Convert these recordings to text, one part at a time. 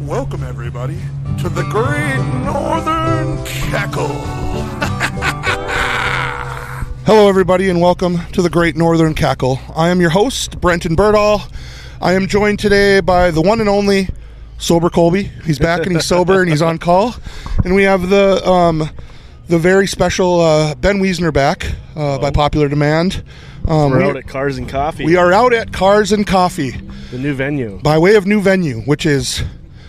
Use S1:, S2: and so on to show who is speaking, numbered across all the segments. S1: welcome everybody to the Great Northern Cackle. Hello, everybody, and welcome to the Great Northern Cackle. I am your host, Brenton Birdall. I am joined today by the one and only Sober Colby. He's back and he's sober and he's on call, and we have the um, the very special uh, Ben Wiesner back uh, by popular demand. Um,
S2: We're
S1: we-
S2: out at Cars and Coffee.
S1: we are out at Cars and Coffee
S2: the new venue.
S1: by way of new venue, which is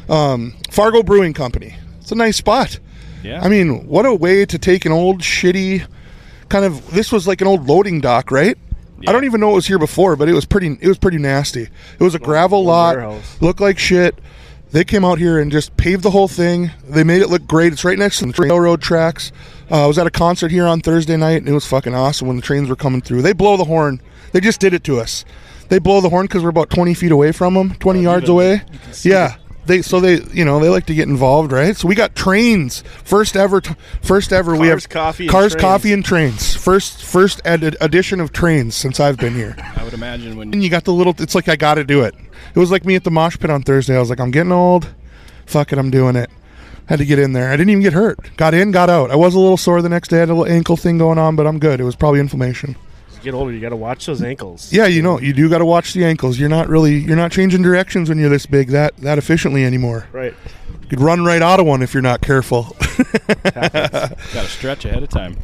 S1: um, Fargo Brewing Company. It's a nice spot.
S3: Yeah.
S1: I mean, what a way to take an old shitty kind of. This was like an old loading dock, right? I don't even know it was here before, but it was pretty. It was pretty nasty. It was a gravel lot,
S2: warehouse.
S1: looked like shit. They came out here and just paved the whole thing. They made it look great. It's right next to the train- railroad tracks. Uh, I was at a concert here on Thursday night, and it was fucking awesome when the trains were coming through. They blow the horn. They just did it to us. They blow the horn because we're about twenty feet away from them, twenty yards away. Yeah, they so they you know they like to get involved, right? So we got trains. First ever, t- first ever. we
S2: Cars,
S1: have
S2: coffee, and
S1: cars,
S2: trains.
S1: coffee, and trains. First, first added addition of trains since I've been here.
S3: I would imagine when
S1: And you got the little. It's like I got to do it. It was like me at the mosh pit on Thursday. I was like, I'm getting old. Fuck it, I'm doing it. Had to get in there. I didn't even get hurt. Got in, got out. I was a little sore the next day. I had a little ankle thing going on, but I'm good. It was probably inflammation.
S2: As you get older, you got to watch those ankles.
S1: Yeah, you know, you do got to watch the ankles. You're not really, you're not changing directions when you're this big that that efficiently anymore.
S2: Right.
S1: You could run right out of one if you're not careful.
S3: got to stretch ahead of time.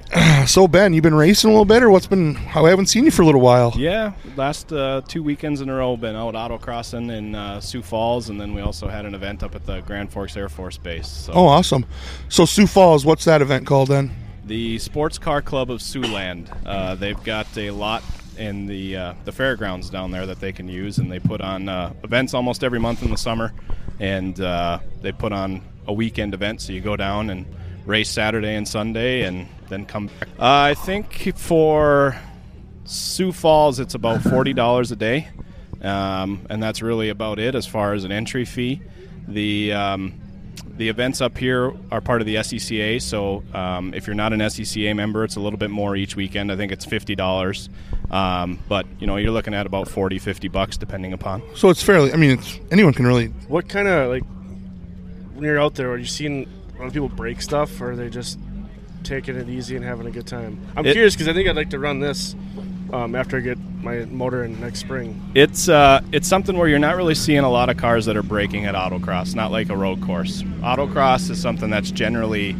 S1: so Ben, you've been racing a little bit, or what's been? How I haven't seen you for a little while.
S3: Yeah, last uh, two weekends in a row been out autocrossing in uh, Sioux Falls, and then we also had an event up at the Grand Forks Air Force Base. So
S1: Oh, awesome. So Sioux Falls, what's that event called then?
S3: the Sports Car Club of Siouxland, uh, they've got a lot in the uh, the fairgrounds down there that they can use, and they put on uh, events almost every month in the summer, and uh, they put on a weekend event. So you go down and race Saturday and Sunday, and then come back. Uh, I think for Sioux Falls, it's about forty dollars a day, um, and that's really about it as far as an entry fee. The um, the events up here are part of the SECA, so um, if you're not an SECA member, it's a little bit more each weekend. I think it's fifty dollars, um, but you know you're looking at about 40, 50 bucks depending upon.
S1: So it's fairly. I mean, it's anyone can really.
S2: What kind of like when you're out there? Are you seeing a lot of people break stuff, or are they just taking it easy and having a good time? I'm
S3: It-
S2: curious because I think I'd like to run this um, after I get my motor in next spring.
S3: It's uh, it's something where you're not really seeing a lot of cars that are braking at autocross, not like a road course. Autocross is something that's generally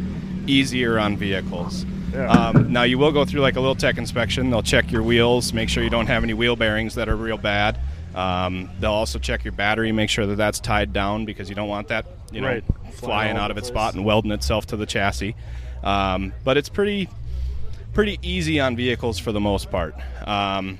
S3: easier on vehicles.
S2: Yeah.
S3: Um, now you will go through like a little tech inspection. They'll check your wheels, make sure you don't have any wheel bearings that are real bad. Um, they'll also check your battery, make sure that that's tied down because you don't want that you know
S2: Right. Flying
S3: flying
S2: all over
S3: out of
S2: the
S3: its
S2: place.
S3: spot and welding itself to the chassis. Um, but it's pretty pretty easy on vehicles for the most part. Um,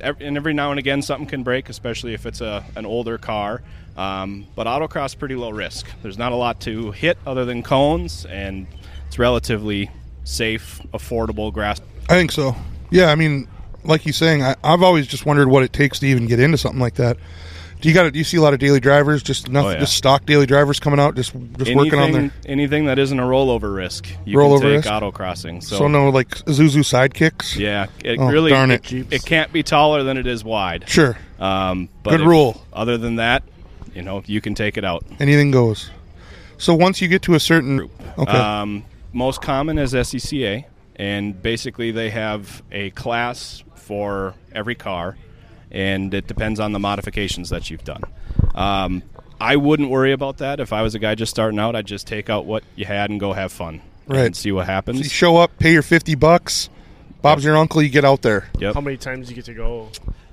S3: ev- and every now and again, something can break, especially if it's a, an older car. Um, but autocross pretty low risk. There's not a lot to hit other than cones, and it's relatively safe, affordable grass.
S1: I think so. Yeah, I mean, like he's saying, I, I've always just wondered what it takes to even get into something like that. Do you got? Do you see a lot of daily drivers? Just nothing.
S3: Oh, yeah.
S1: Just stock daily drivers coming out. Just just working on their.
S3: anything that isn't a rollover risk, you
S1: Rollover
S3: can take
S1: risk?
S3: autocrossing. So,
S1: So, no like Zuzu sidekicks.
S3: yeah, it
S1: Oh,
S3: really
S1: darn it.
S3: it can't be taller than it is wide.
S1: Sure.
S3: Um, but
S1: Good
S3: if-
S1: rule.
S3: Other than that, you know, you can take it out.
S1: Anything goes. So once you get to a certain Okay.
S3: Um, most common is SECA, and basically they have a class for every car, and it depends on the modifications that you've done. Um, I wouldn't worry about that if I was a guy just starting out. I'd just take out what you had and go have fun,
S1: Right.
S3: And see what happens.
S1: you show up, pay your fifty bucks. Bob's your uncle. You get out there.
S3: Yep.
S2: How many times do you get to go?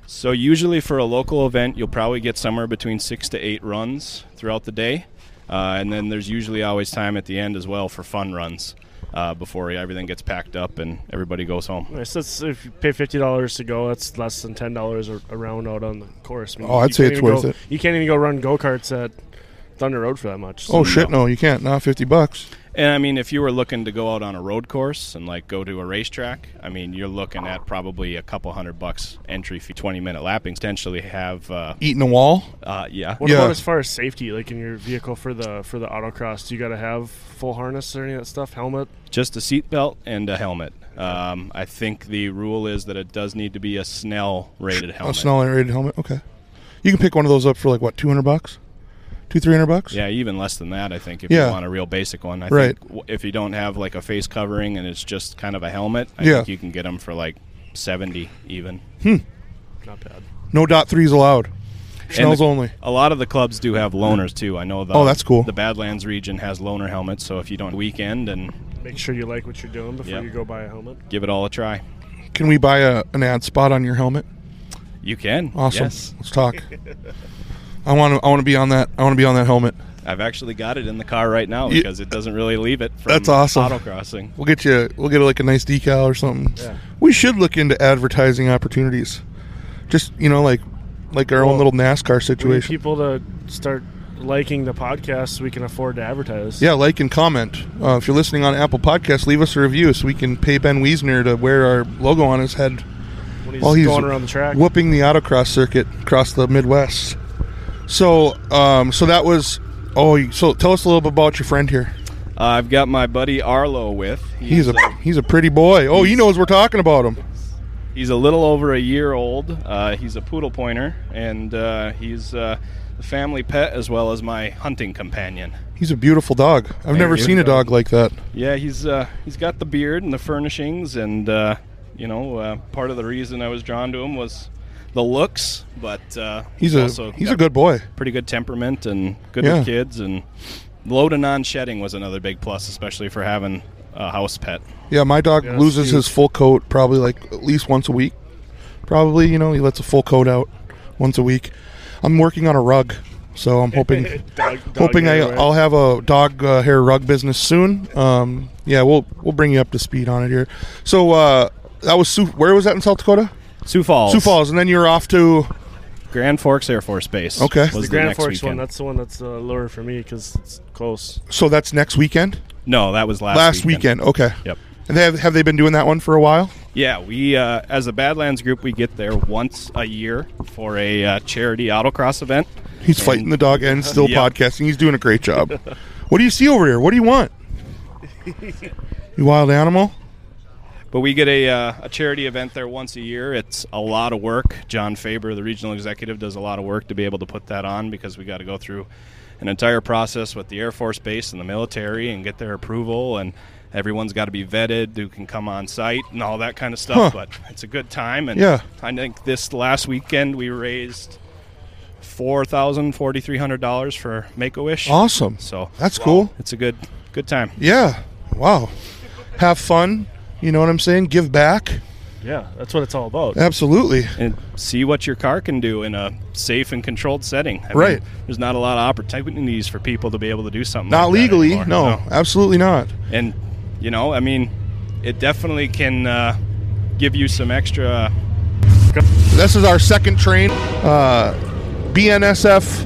S3: So usually for a local event, you'll probably get somewhere between six to eight runs throughout the day, uh, and then there's usually always time at the end as well for fun runs uh, before everything gets packed up and everybody goes home.
S2: Alright, so that's if you pay fifty dollars to go, that's less than ten dollars a a round out on the course. I mean,
S1: Oh, I'd
S2: you
S1: say
S2: can't
S1: it's
S2: even
S1: worth
S2: go-
S1: it.
S2: You can't even go run go karts at Thunder Road for that much. so-
S1: Oh shit! No, you can't. Not fifty bucks.
S3: And I mean, if you were looking to go out on a road course and like go to a racetrack, I mean, you're looking at probably a couple hundred bucks entry fee, 20 minute lapping, potentially have, uh,
S1: Eating a wall.
S3: uh, yeah.
S2: What
S1: Yeah.
S2: about as far as safety, like in your vehicle for the for the autocross? Do you got to have full harness or any of that stuff? Helmet?
S3: Just a seatbelt and a helmet. Um, I think the rule is that it does need to be a Snell rated
S1: A
S3: helmet.
S1: snow rated helmet. Okay. You can pick one of those up for like what two hundred bucks. two three hundred bucks.
S3: Yeah, even less than that, I think, if
S1: Yeah.
S3: you want a real basic one. I
S1: Right.
S3: think w- if you don't have like a face covering and it's just kind of a helmet, I
S1: Yeah.
S3: think you can get them for like 70 even.
S2: Not bad.
S1: No dot threes allowed. Schnells
S3: the-
S1: only.
S3: A lot of the clubs do have loaners too. I know the
S1: Oh, that's cool.
S3: The Badlands region has loaner helmets, so if you don't weekend and
S2: Make sure you like what you're doing before
S3: Yeah.
S2: you go buy a helmet.
S3: give it all a try,
S1: Can we buy a, an ad spot on your helmet?
S3: you can.
S1: Awesome.
S3: Yes.
S1: Let's talk. I want to. I want to be on that. I want to be on that helmet.
S3: I've actually got it in the car right now
S1: You-
S3: because it doesn't really leave it from
S1: That's awesome.
S3: autocrossing.
S1: We'll get you. We'll get like a nice decal or something.
S2: Yeah.
S1: We should look into advertising opportunities. Just you know, like like our own
S2: Well,
S1: little NASCAR
S2: We need
S1: situation.
S2: people to start liking the podcast so we can afford to advertise.
S1: Yeah, like and comment. Uh, if you're listening on Apple Podcasts, leave us a review so we can pay Ben Wiesner to wear our logo on his head
S2: When he's,
S1: while he's
S2: going around the track.
S1: whooping the autocross circuit across the Midwest. So, um, so that was. Oh, you- so tell us a little bit about your friend here.
S3: Uh, I've got my buddy Arlo with.
S1: He's a he's a pretty boy. Oh, he knows we're talking about him.
S3: He's a little over a year old. Uh, he's a poodle pointer, and uh, he's uh, the family pet as well as my hunting companion.
S1: He's a beautiful dog. I've never
S3: you
S1: seen a
S3: go.
S1: dog like that.
S3: Yeah, he's uh, he's got the beard and the furnishings, and uh, you know, uh, part of the reason I was drawn to him was the looks, but uh,
S1: He's a
S3: also
S1: he's
S3: got
S1: a good boy.
S3: pretty good temperament and good
S1: Yeah.
S3: with kids, and low to non shedding was another big plus, especially for having a house pet.
S1: Yeah, my dog
S2: Yeah,
S1: loses
S2: Steve.
S1: his full coat probably like at least once a week. Probably, you know, he lets a full coat out once a week. I'm working on a rug, so I'm hoping
S2: Dog- dog
S1: hoping I,
S2: hair, right?
S1: I'll have a dog uh, hair rug business soon. Um, yeah, we'll we'll bring you up to speed on it here. So uh, that was Sioux, where was that in South Dakota?
S3: Sioux Falls,
S1: Sioux Falls, and then you're off to
S3: Grand Forks Air Force Base.
S1: Okay.
S3: was
S1: The
S3: the,
S2: the Grand
S3: next
S2: Forks one.
S3: weekend.
S2: That's the one that's uh, lower for me because it's close.
S1: so that's next weekend,
S3: No, that was last
S1: last weekend. Okay,
S3: Yep.
S1: and they have have they been doing that one for a while?
S3: Yeah, we uh, as a Badlands group, we get there once a year for a uh, charity autocross event.
S1: He's fighting the dog and still
S3: Yep.
S1: podcasting. He's doing a great job. what do you see over here? What do you want? You wild animal?
S3: But we get a, uh, a charity event there once a year. It's a lot of work. John Faber, the regional executive, does a lot of work to be able to put that on because we got to go through an entire process with the Air Force Base and the military and get their approval and everyone's got to be vetted who can come on site and all that kind of
S1: Huh.
S3: stuff. But it's a good time and
S1: Yeah.
S3: I think this last weekend we raised four thousand forty three hundred dollars for Make a Wish.
S1: Awesome.
S3: So
S1: That's cool.
S3: it's a good good time.
S1: Yeah. Wow. Have fun. You know what I'm saying? Give back.
S2: Yeah, that's what it's all about.
S1: Absolutely.
S3: and see what your car can do in a safe and controlled setting. I mean,
S1: Right.
S3: there's not a lot of opportunities for people to be able to do something.
S1: Not
S3: like that
S1: legally.
S3: anymore,
S1: no, absolutely not.
S3: And you know, I mean, it definitely can uh, give you some extra.
S1: This is our second train. Uh, BNSF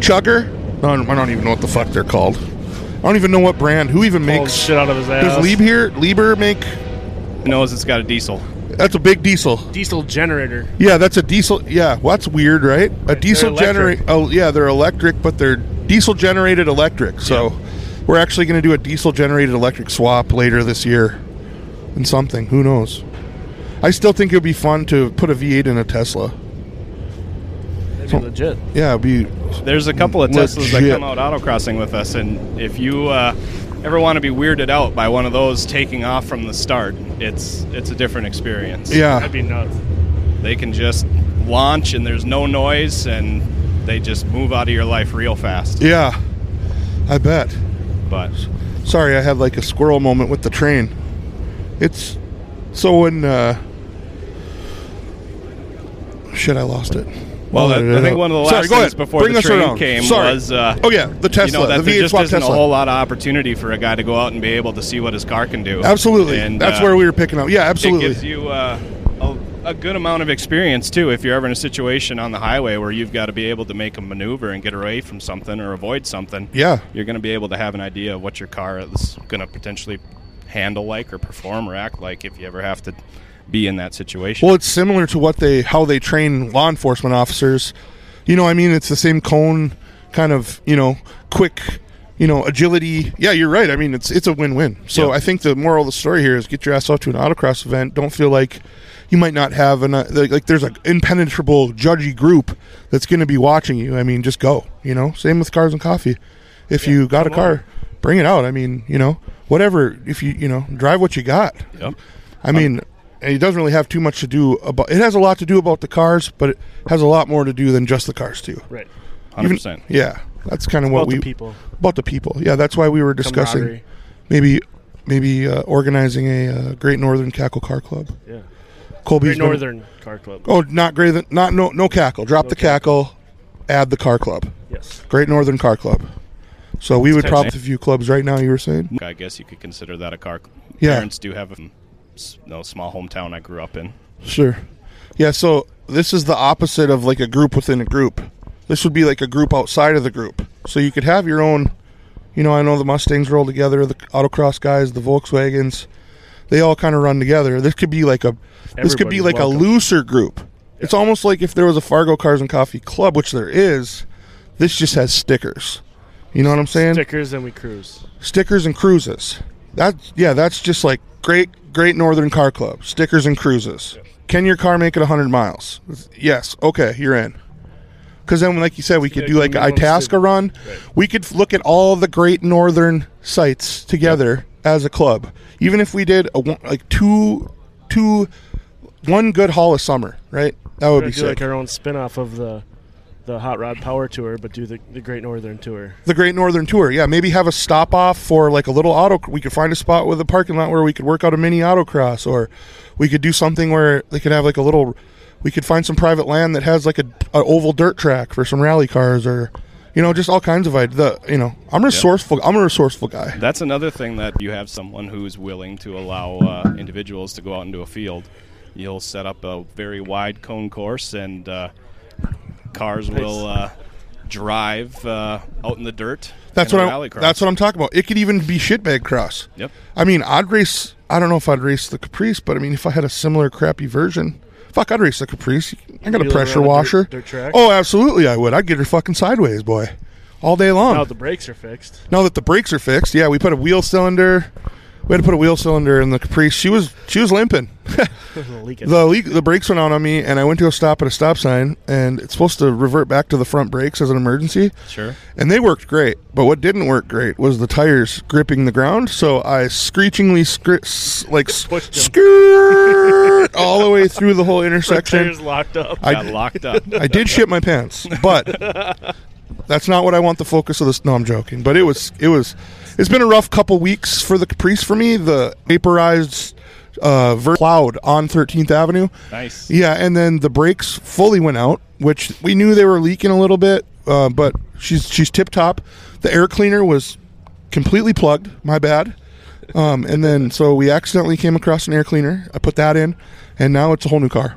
S1: Chugger. I don't, I don't even know what the fuck they're called. I don't even know what brand. Who even
S2: Pulls
S1: makes?
S2: shit out of his ass.
S1: Does Lieb here? Lieber make?
S3: knows it's got a diesel.
S1: That's a big diesel.
S2: diesel generator.
S1: Yeah, that's a diesel. Yeah, well, that's weird, right? A diesel
S2: electric.
S1: generator. Oh, yeah, they're electric, but they're diesel generated electric. So we're actually going to do a diesel generated electric swap later this year in something. Who knows? I still think it would be fun to put a V8 in a Tesla.
S2: That'd be legit.
S1: Yeah, it'd be.
S3: There's a couple of Teslas that
S1: Legit.
S3: come out autocrossing with us, and if you uh, ever want to be weirded out by one of those taking off from the start, it's it's a different experience.
S1: Yeah.
S2: That'd be nuts.
S3: they can just launch and there's no noise and they just move out of your life real fast.
S1: Yeah. I bet.
S3: But
S1: Sorry, I had like a squirrel moment with the train. It's so when uh shit, I lost it.
S3: well,
S1: I'll
S3: that,
S1: let it
S3: I think
S1: out.
S3: one of the last
S1: Sorry, go
S3: things
S1: ahead.
S3: before
S1: Bring
S3: the
S1: us
S3: train
S1: around.
S3: came
S1: Sorry.
S3: was uh,
S1: oh yeah, the Tesla,
S3: you know that
S1: the
S3: there
S1: V8
S3: just
S1: swap
S3: isn't
S1: Tesla.
S3: a whole lot of opportunity for a guy to go out and be able to see what his car can do.
S1: absolutely, that's
S3: uh,
S1: where we were picking up. Yeah,
S3: It
S1: absolutely.
S3: gives you uh, a, a good amount of experience too. If you're ever in a situation on the highway where you've got to be able to make a maneuver and get away from something or avoid something,
S1: yeah,
S3: you're going to be able to have an idea of what your car is going to potentially handle like or perform or act like if you ever have to be in that situation.
S1: well, it's similar to what they how they train law enforcement officers. You know, I mean, it's the same cone kind of you know quick. you know, agility. Yeah, you're right. I mean, it's it's a win-win. So
S3: Yeah.
S1: I think the moral of the story here is get your ass off to an autocross event. Don't feel like you might not have an uh, like, like there's an impenetrable judgy group that's going to be watching you. I mean, just go. You know, same with cars and coffee. If you got a
S2: come on.
S1: car, bring it out. I mean, you know, whatever. If you you know drive what you got.
S3: Yep.
S1: I mean, it doesn't really have too much to do about. It has a lot to do about the cars, but it has a lot more to do than just the cars too.
S2: Right.
S1: Even-
S3: 100%.
S1: Yeah, that's kind of what
S2: About
S1: we
S2: the people.
S1: about the people. Yeah, that's why we were discussing
S2: Camaraderie.
S1: maybe maybe uh, organizing a uh, Great Northern Cackle Car Club.
S2: Yeah.
S1: Colby's
S2: Great
S1: been-
S2: Northern Car Club.
S1: oh, not greater than not no no cackle. Drop the cackle, add the car club.
S2: Yes.
S1: Great Northern Car Club. So we would
S2: Type
S1: probably
S3: name.
S1: have a few clubs right now. You were saying
S3: I guess you could consider that a car.
S1: Yeah.
S3: Parents do have a s- no small hometown I grew up in.
S1: sure. Yeah. So this is the opposite of like a group within a group. This would be like a group outside of the group. So you could have your own. You know, I know the Mustangs roll together, the autocross guys, the Volkswagens. They all kind of run together. This could be like a this could be
S2: Everybody's
S1: like a
S2: welcome.
S1: looser group. It's almost like if there was a Fargo Cars and Coffee Club, which there is. This just has stickers. You know what I'm saying?
S2: Stickers and we cruise.
S1: stickers and cruises. That yeah, that's just like great great Northern Car Club stickers and cruises. Can your car make it 100 miles? Yes. Okay, you're in. Because then, like you said, we could
S2: Yeah,
S1: do like an
S2: minimum
S1: Itasca
S2: student.
S1: run.
S2: Right.
S1: We could f- look at all the great northern sites together as a club. Even if we did a, one- like two, two, one good haul a summer, right? That would
S2: We're
S1: be
S2: gonna do
S1: sick.
S2: like our own spin off of the the Hot Rod Power Tour, but do the, the Great Northern Tour.
S1: the Great Northern Tour. Yeah, maybe have a stop off for like a little auto. We could find a spot with a parking lot where we could work out a mini autocross, or we could do something where they could have like a little. We could find some private land that has like a, a oval dirt track for some rally cars, or you know, just all kinds of ideas. You know, I'm resourceful. I'm a resourceful guy.
S3: That's another thing that you have someone who's willing to allow uh, individuals to go out into a field. You'll set up a very wide cone course, and uh, cars will uh, drive uh, out in the dirt.
S1: That's
S3: in
S1: what
S3: a
S1: I,
S3: rallycross.
S1: that's what I'm talking about. It could even be shitbag cross.
S3: Yep.
S1: I mean, I'd race. I don't know if I'd race the Caprice, but I mean, if I had a similar crappy version, fuck, I'd race the Caprice. I got
S2: Wheel
S1: a
S2: it
S1: pressure
S2: around a dirt-
S1: washer.
S2: dirt track?
S1: Oh, absolutely, I would. I'd get her fucking sideways, boy, all day long.
S2: Now the brakes are fixed.
S1: now that the brakes are fixed, yeah, we put a wheel cylinder. We had to put a wheel cylinder in the Caprice. She was she was limping.
S2: Leaking.
S1: The leak, the brakes went out on me, and I went to a stop at a stop sign, and it's supposed to revert back to the front brakes as an emergency
S3: Sure.
S1: and they worked great. But what didn't work great was the tires gripping the ground. So I screechingly scri- s- like s-
S2: Pushed 'em.
S1: skirt all the way through the whole intersection.
S2: tires locked up.
S1: I-
S3: Got locked up.
S1: I did shit my pants, but that's not what I want the focus of this. No, I'm joking. But it was it was it's been a rough couple weeks for the Caprice for me. The vaporized uh, ver- cloud on 13th Avenue.
S3: nice.
S1: Yeah, and then the brakes fully went out, which we knew they were leaking a little bit, uh, but she's she's tip top. The air cleaner was completely plugged. My bad. Um, and then so we accidentally came across an air cleaner. I put that in, and now it's a whole new car.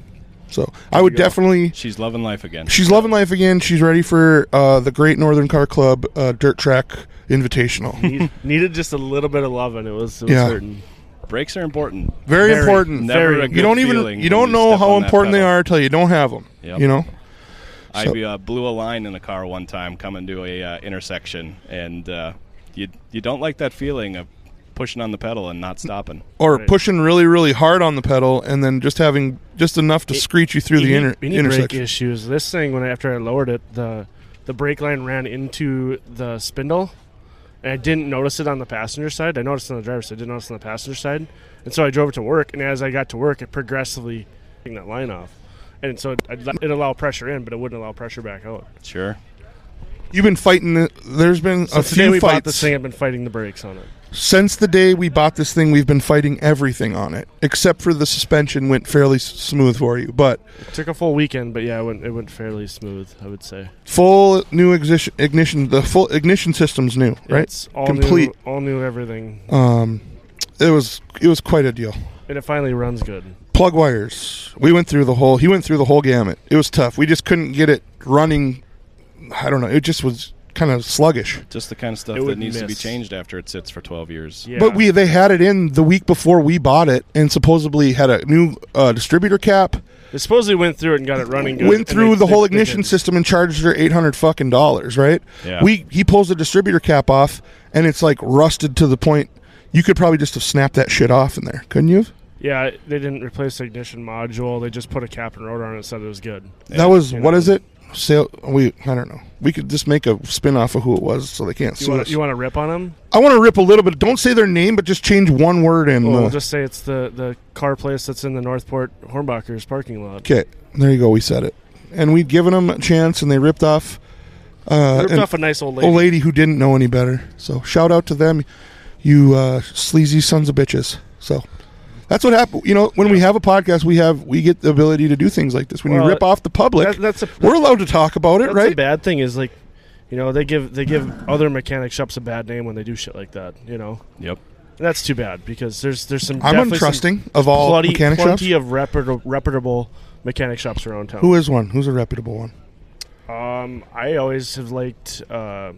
S1: So I would
S3: you go.
S1: definitely.
S3: She's loving life again.
S1: She's loving life again. She's ready for uh, the Great Northern Car Club uh, Dirt Track Invitational.
S2: Need- needed just a little bit of love, and it was, it was
S1: Yeah.
S2: hurting.
S3: Brakes are important.
S1: Very, important.
S3: Never
S2: Very.
S3: a good
S1: you don't even
S3: feeling
S1: you don't
S3: when
S1: know
S3: step
S1: how
S3: on that
S1: important they
S3: pedal.
S1: are till you don't have them.
S3: Yep.
S1: You know.
S3: I
S1: So-
S3: uh, blew a line in a car one time coming to a uh, intersection, and uh, you you don't like that feeling of pushing on the pedal and not stopping.
S1: or pushing really really hard on the pedal and then just having just enough to screech you through the
S2: Any-
S1: inter-
S2: any brake
S1: intersection
S2: issues. This thing, when I, after I lowered it, the the brake line ran into the spindle, and I didn't notice it on the passenger side. I noticed it on the driver's side. I didn't notice it on the passenger side, and so I drove it to work. And as I got to work, it progressively took that line off, and so it would allow pressure in, but it wouldn't allow pressure back out.
S3: Sure.
S1: you've been fighting it- there's been
S2: So
S1: a
S2: today
S1: few
S2: we bought
S1: fights
S2: this thing. I've been fighting the brakes on it.
S1: since the day we bought this thing we've been fighting everything on it except for the suspension went fairly s- smooth for you but
S2: It took a full weekend, but yeah, it went, it went fairly smooth. I would say.
S1: full new ignition, ignition the full ignition system's new right
S2: It's all
S1: complete
S2: new, all new everything,
S1: um it was it was quite a deal
S2: and it finally runs good.
S1: plug wires. We went through the whole. He went through the whole gamut. It was tough. We just couldn't get it running. I don't know. It just was kind of sluggish.
S3: Just the kind of stuff
S2: It
S3: that
S2: would
S3: needs to be
S2: miss.
S3: changed after it sits for 12 years.
S2: Yeah.
S1: But we they had it in the week before we bought it, and supposedly had a new uh, distributor cap.
S2: They supposedly went through it and got it running good.
S1: went
S2: and
S1: through
S2: they-
S1: the
S2: they-
S1: whole
S2: they
S1: ignition
S2: didn't.
S1: system and charged her eight hundred fucking dollars, right?
S3: Yeah.
S1: We he pulls the distributor cap off, and it's like rusted to the point you could probably just have snapped that shit off in there, couldn't you? have?
S2: Yeah, they didn't replace the ignition module. They just put a cap and rotor on it and said it was good.
S1: That was
S2: you
S1: what
S2: know.
S1: is it? Sale? We I don't know. We could just make a spin off of who it was, so they can't
S2: You
S1: sue
S2: want
S1: us.
S2: you want to rip on them?
S1: I want to rip a little bit. Don't say their name, but just change one word in.
S2: Well,
S1: the,
S2: Oh, we'll just say it's the, the car place that's in the Northport Hornbacher's parking lot.
S1: okay, there you go. We said it, and we'd given them a chance, and they ripped off. Uh,
S2: Ripped
S1: an
S2: off a nice old lady.
S1: old lady who didn't know any better. So shout out to them, you uh, sleazy sons of bitches. So that's what happened. You know, when we have a podcast, we have we get the ability to do things like this. When you
S2: Well,
S1: rip off the public,
S2: That- that's a
S1: we're allowed to talk about it,
S2: that's
S1: right?
S2: the bad thing is like, you know, they give they give other mechanic shops a bad name when they do shit like that. You know,
S3: Yep.
S2: and that's too bad because there's there's some
S1: I'm
S2: definitely some
S1: untrusting of all
S2: plenty,
S1: mechanic shops.
S2: plenty of reputable, reputable mechanic shops around town.
S1: Who is one? Who's a reputable one?
S2: Um, I always have liked. Uh,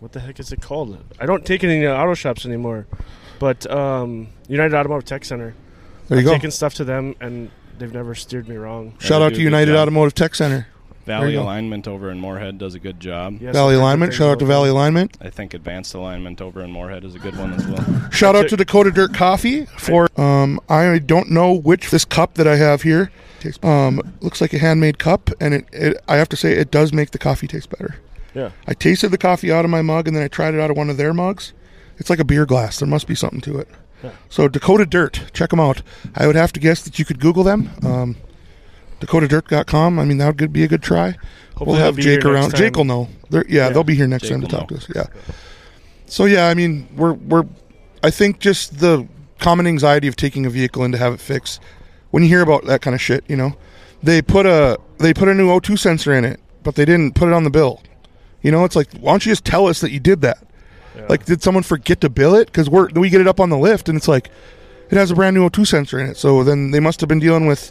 S2: what the heck is it called? I don't take it in the auto shops anymore, but um, United Automotive Tech Center.
S1: There you
S2: I've
S1: go.
S2: taken stuff to them, and they've never steered me wrong.
S1: Shout
S3: They
S1: out to
S3: do a good
S1: United
S3: job.
S1: Automotive Tech Center,
S3: Valley
S1: you go.
S3: Alignment over in Moorhead does a good job.
S2: Yes,
S1: Valley
S2: I've heard
S1: Alignment.
S2: good
S1: Shout out to
S2: things
S1: Valley Alignment.
S3: I think Advanced Alignment over in Moorhead is a good one as well.
S1: Shout
S2: I
S1: out to Dakota Dirt Coffee for um I don't know which this cup that I have here tastes um looks like a handmade cup and it, it I have to say it does make the coffee taste better.
S2: about- Yeah,
S1: I tasted the coffee out of my mug and then I tried it out of one of their mugs. It's like a beer glass. There must be something to it. So Dakota Dirt, check them out. I would have to guess that you could Google them. Um, DakotaDirt.com. I mean, that would be a good try.
S2: Hopefully
S1: we'll
S2: they'll
S1: have
S2: be here
S1: Jake
S2: next
S1: around.
S2: time.
S1: Jake will know. They're, yeah, they'll be here next
S3: Jake
S1: time to
S3: will
S1: talk to
S3: know.
S1: us. Yeah. So yeah, I mean, we're we're. I think just the common anxiety of taking a vehicle in to have it fixed. When you hear about that kind of shit, you know, they put a they put a new O2 sensor in it, but they didn't put it on the bill. You know, it's like, why don't you just tell us that you did that?
S2: Yeah.
S1: Like, did someone forget to bill it? Because we're we get it up on the lift, and it's like, it has a brand new O2 sensor in it. So then they must have been dealing with,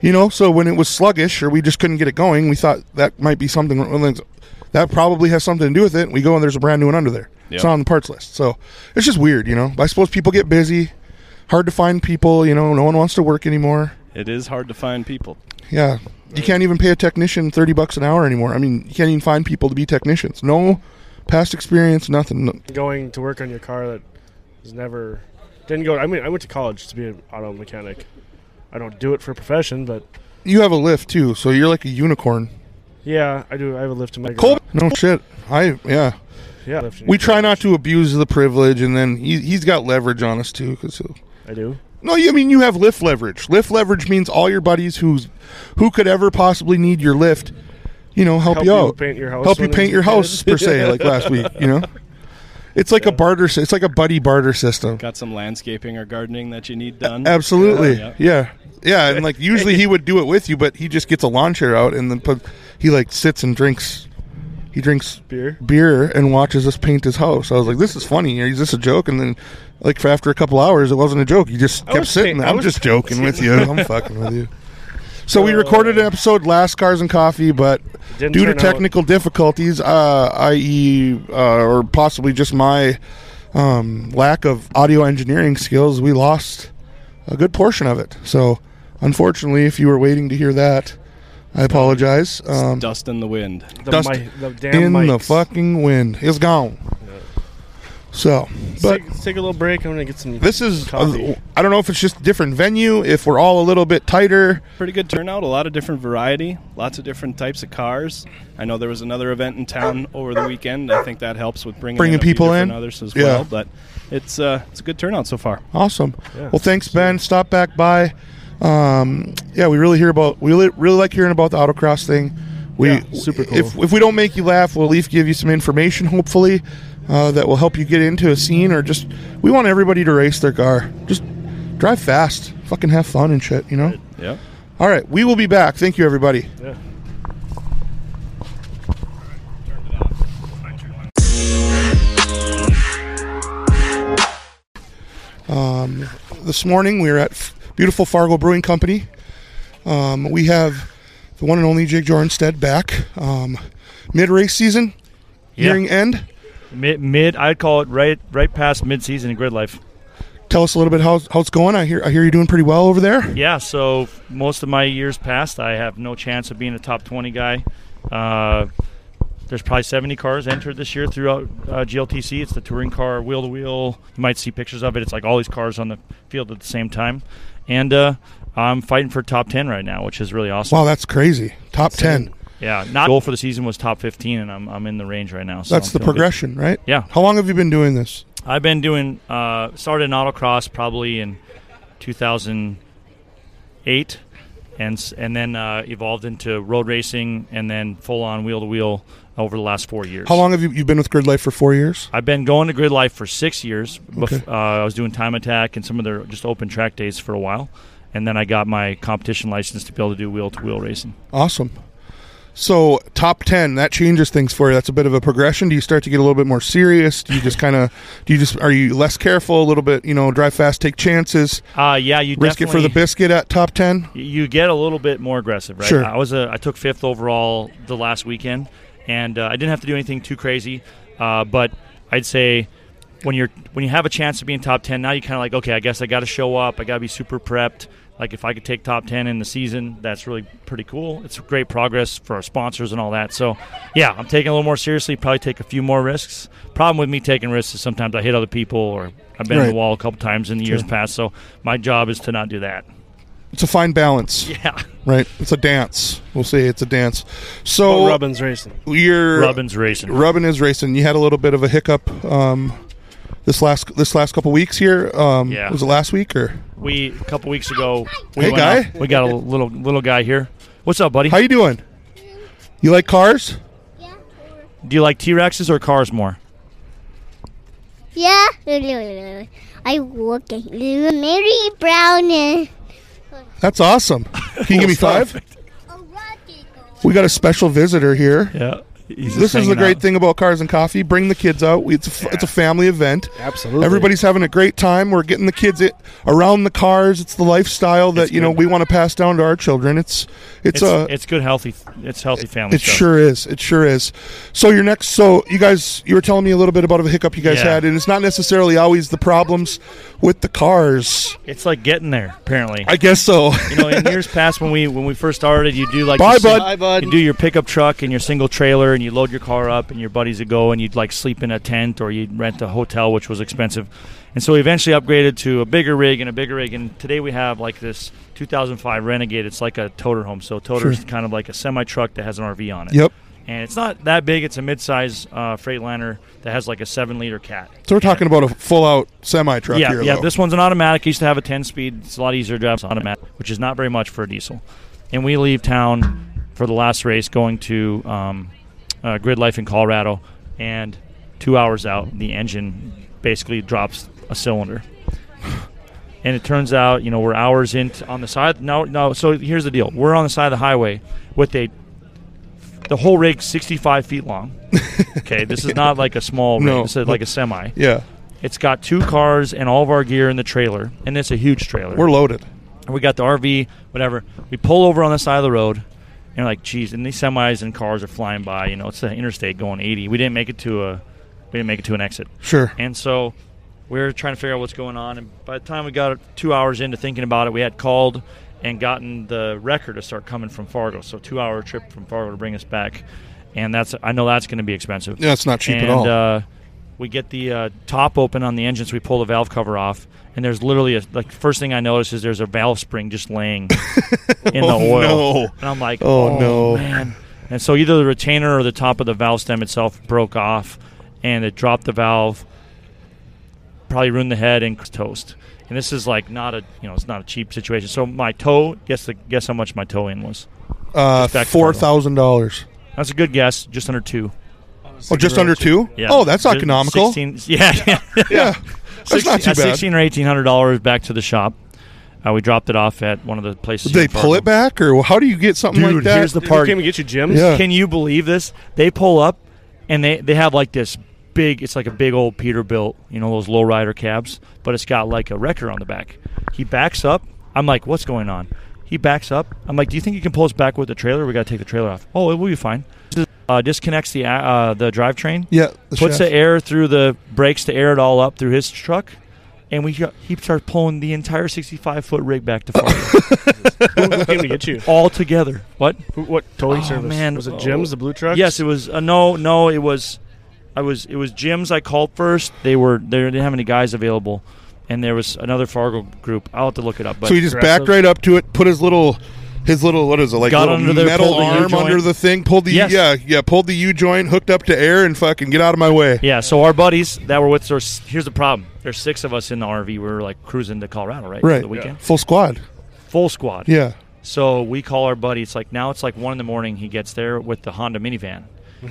S1: you know. So when it was sluggish or we just couldn't get it going, we thought that might be something well, then that probably has something to do with it. And we go and there's a brand new one under there. It's
S3: Yep.
S1: not on the parts list. So it's just weird, you know. I suppose people get busy, hard to find people. You know, no one wants to work anymore.
S3: it is hard to find people.
S1: Yeah. You can't even pay a technician 30 bucks an hour anymore. I mean, you can't even find people to be technicians. No past experience, nothing. No-
S2: going to work on your car that is never didn't go. I mean, I went to college to be an auto mechanic. I don't do it for a profession, but
S1: You have a lift too, so you're like a unicorn.
S2: yeah, I do. I have a lift in my
S1: Cole,
S2: garage.
S1: no shit. I yeah.
S2: Yeah, lift in
S1: We
S2: your
S1: try not
S2: garage.
S1: to abuse the privilege, and then he, he's got leverage on us too. Because
S2: I do.
S1: no, you, I mean you have lift leverage. Lift leverage means all your buddies who's who could ever possibly need your lift, you know, help, you out,
S2: paint your house.
S1: help you
S2: when
S1: paint
S2: it's
S1: your
S2: good.
S1: house per se, like last week. You know, it's like a barter. sy- It's like a buddy barter system.
S3: Got some landscaping or gardening that you need done?
S1: Absolutely.
S3: Yeah.
S1: Yeah. yeah. and like usually he would do it with you, but he just gets a lawn chair out and then put, he like sits and drinks. He drinks
S2: Beer.
S1: beer and watches us paint his house. I was like, "This is funny. Is this a joke?" And then, like for after a couple hours, it wasn't a joke. You just kept
S2: was
S1: sitting.
S2: pa-
S1: there.
S2: I
S1: I'm
S2: was
S1: just joking with you. I'm fucking with you. So we recorded an episode last cars and coffee, but
S2: Didn't
S1: due to
S2: turn out-
S1: technical difficulties, uh, i.e., uh, or possibly just my um, lack of audio engineering skills, we lost a good portion of it. So, unfortunately, if you were waiting to hear that, I apologize. Um,
S3: Dust in the wind.
S2: The,
S1: Dust
S2: mi- the damn
S1: in the
S2: mics.
S1: fucking wind, it's gone. So, but
S2: take, take a little break. I'm gonna get some.
S1: this is uh,
S2: Coffee.
S1: I don't know if it's just different venue, if we're all a little bit tighter.
S3: Pretty good turnout. A lot of different variety. Lots of different types of cars. I know there was another event in town over the weekend. I think that helps with bringing,
S1: Bringing
S3: in a few
S1: people in?
S3: different Others as
S1: Yeah.
S3: well. But it's uh, it's a good turnout so far.
S1: Awesome.
S2: Yeah.
S1: Well, thanks, Ben. Stop back by. Um, yeah, we really hear about we really, really like hearing about the autocross thing. We
S2: Yeah, super cool.
S1: If, if we don't make you laugh, we'll at least give you some information, hopefully, uh, that will help you get into a scene or just we want everybody to race their car. Just drive fast, fucking have fun and shit. You know.
S3: Yep.
S1: All right, we will be back. Thank you, everybody.
S2: Yeah.
S1: Um, this morning. We are at f- beautiful Fargo Brewing Company. Um, we have the one and only Jake Jornstead back. Um, Mid race season,
S4: Yeah.
S1: nearing end.
S4: Mid, mid, I'd call it right, right past mid-season in grid life.
S1: Tell us a little bit how, how it's going. I hear I hear you're doing pretty well over there.
S4: Yeah, so most of my years past, I have no chance of being a top 20 guy. Uh, there's probably 70 cars entered this year throughout uh, GLTC. It's the touring car, wheel to wheel. You might see pictures of it. It's like all these cars on the field at the same time. And uh, I'm fighting for top 10 right now, which is really awesome.
S1: Wow, that's crazy. Top ten.
S4: Yeah, not goal for the season was top 15, and I'm, I'm in the range right now. So
S1: That's
S4: I'm
S1: the
S4: feeling
S1: progression,
S4: good.
S1: right?
S4: Yeah.
S1: How long have you been doing this?
S4: I've been doing uh, started in autocross probably in 2008, and s- and then uh, evolved into road racing and then full on wheel to wheel over the last four years.
S1: How long have you you've been with Grid Life for four years?
S4: I've been going to Grid Life for six years. Bef- uh, I was doing time attack and some of their just open track days for a while, and then I got my competition license to be able to do wheel to wheel racing.
S1: Awesome. So top ten, that changes things for you. That's a bit of a progression. Do you start to get a little bit more serious? Do you just kind of do you just are you less careful a little bit? You know, drive fast, take chances,
S4: Uh, yeah, you
S1: risk it for the
S4: definitely-
S1: biscuit at top ten.
S4: you get a little bit more aggressive, right?
S1: Sure.
S4: I was a, I took fifth overall the last weekend, and uh, I didn't have to do anything too crazy, uh, but I'd say when you're when you have a chance to be in top ten, now you kind of like, okay, I guess I got to show up, I got to be super prepped. Like if I could take top ten in the season, that's really pretty cool. It's great progress for our sponsors and all that. So, yeah, I'm taking it a little more seriously. Probably take a few more risks. Problem with me taking risks is sometimes I hit other people or I've been on
S1: Right.
S4: the wall a couple times in the years past. So my job is to not do that.
S1: It's a fine balance,
S4: Yeah.
S1: right? It's a dance. We'll say it's a dance. So
S2: Oh, Robin's racing.
S1: you're
S4: Rubbin's racing.
S1: Rubbin is racing. You had a little bit of a hiccup um, this last this last couple weeks here. Um,
S4: Yeah.
S1: Was it last week or
S4: we a couple weeks ago. We
S1: Hey,
S4: went
S1: guy.
S4: out- we got a little little guy here. What's up, buddy?
S1: how you doing? You like cars?
S5: Yeah.
S4: Do you like T Rexes or cars more?
S5: Yeah. I work at Mary Brown and
S1: That's awesome. Can you give me five? We got a special visitor here.
S4: Yeah.
S1: This is the great thing about cars and coffee. Bring the kids out. We- It's a, f- it's a family event.
S2: Absolutely.
S1: Everybody's having a great time. We're getting the kids it, around the cars. It's the lifestyle that you know
S4: good.
S1: we want to pass down to our children. It's it's,
S4: It's,
S1: a
S4: it's good healthy. It's healthy family.
S1: It
S4: stuff.
S1: sure is. It sure is. So your next, so you guys, you were telling me a little bit about a hiccup you guys
S4: Yeah.
S1: had, and it's not necessarily always the problems with the cars.
S4: It's like getting there. Apparently,
S1: I guess so.
S4: you know, in years past when we when we first started, you do like
S1: Bye,
S4: your
S1: bud.
S4: sing-
S1: Bye,
S6: bud.
S4: You do your pickup truck and your single trailer, and you load your car up, and your buddies would go, and you'd like sleep in a tent or you'd rent a hotel, which was expensive. And so we eventually upgraded to a bigger rig and a bigger rig, and today we have like this 2005 Renegade. It's like a toter home. So toter is kind of like a semi truck that has an RV on it.
S1: Yep.
S4: And it's not that big. It's a midsize uh, Freightliner that has like a seven liter cat.
S1: So we're talking about a full-out semi truck
S4: Yeah,
S1: here.
S4: yeah.
S1: though.
S4: This one's an automatic. It used to have a 10 speed. It's a lot easier to drive. It's an automatic, which is not very much for a diesel. And we leave town for the last race, going to um, uh, Grid Life in Colorado, and two hours out, the engine basically drops a cylinder. And it turns out, you know, we're hours in t- on the side. No, no. So here's the deal: we're on the side of the highway with a the whole rig 65 feet long. Okay, this is not like a small rig.
S1: No.
S4: This is like a semi.
S1: yeah,
S4: It's got two cars and all of our gear in the trailer, and it's a huge trailer.
S1: we're loaded.
S4: And we got the RV, whatever. We pull over on the side of the road, and we're like, geez, and these semis and cars are flying by. You know, it's the interstate going 80. We didn't make it to a, we didn't make it to an exit.
S1: Sure.
S4: And so we were trying to figure out what's going on. And by the time we got two hours into thinking about it, we had called and gotten the wrecker to start coming from Fargo. So two hour trip from Fargo to bring us back. And that's I know that's going to be expensive.
S1: Yeah, it's not cheap at
S4: and,
S1: all.
S4: Uh, we get the uh, top open on the engine, so we pull the valve cover off, and there's literally a, like first thing I notice is there's a valve spring just laying in the oil,
S1: Oh, no.
S4: and I'm like,
S1: Oh, no.
S4: man. And so either the retainer or the top of the valve stem itself broke off, and it dropped the valve, probably ruined the head and toast. And this is like not a you know it's not a cheap situation. So my toe, guess the guess how much my toe in was.
S1: Uh,
S4: back to
S1: Four thousand dollars.
S4: That's a good guess, just under two.
S1: Oh, just under two.
S4: Yeah.
S1: Oh, that's
S4: Ju-
S1: economical.
S4: 16, yeah, yeah.
S1: Yeah, that's not
S4: 16
S1: too bad.
S4: uh, Sixteen or eighteen hundred dollars back to the shop. Uh, we dropped it off at one of the places.
S1: Did they
S4: in
S1: pull
S4: Fargo.
S1: it back, or how do you get something
S4: Dude,
S1: like that?
S4: here's the
S2: Did
S4: part.
S2: They came and get you, Jim.
S1: Yeah.
S4: Can you believe this? They pull up, and they they have like this big. It's like a big old Peterbilt, you know, those lowrider cabs, but it's got like a wrecker on the back. He backs up. I'm like, what's going on? He backs up. I'm like, do you think you can pull us back with the trailer? We got to take the trailer off. Oh, it will be fine. Uh, disconnects the a- uh, the drivetrain.
S1: Yeah. The
S4: puts
S1: shaft.
S4: the air through the brakes to air it all up through his truck, and we he starts pulling the entire 65 foot rig back to farm
S2: who, who came to get you?
S4: all together. What?
S2: Who, what towing
S4: Oh,
S2: service?
S4: man.
S2: Was Oh. it Jim's, the blue truck?
S4: Yes, it was. Uh, no, no, it was. I was. It was Jim's. I called first. They were. They didn't have any guys available, and there was another Fargo group. I'll have to look it up. But
S1: So he just
S2: aggressive.
S1: backed right up to it, put his little, his little what is it like
S4: Got
S1: little
S4: under there,
S1: metal
S4: pulled the
S1: arm
S4: U-joint.
S1: under the thing, pulled the
S4: Yes.
S1: yeah yeah pulled the U joint, hooked up to air, and fucking get out of my way.
S4: Yeah, so our buddies that were with us, here's the problem. There's six of us in the RV. We were like cruising to Colorado, right?
S1: Right.
S4: For the weekend.
S1: Full squad.
S4: Full squad.
S1: Yeah.
S4: So we call our buddy. It's like now it's like one in the morning. He gets there with the Honda minivan,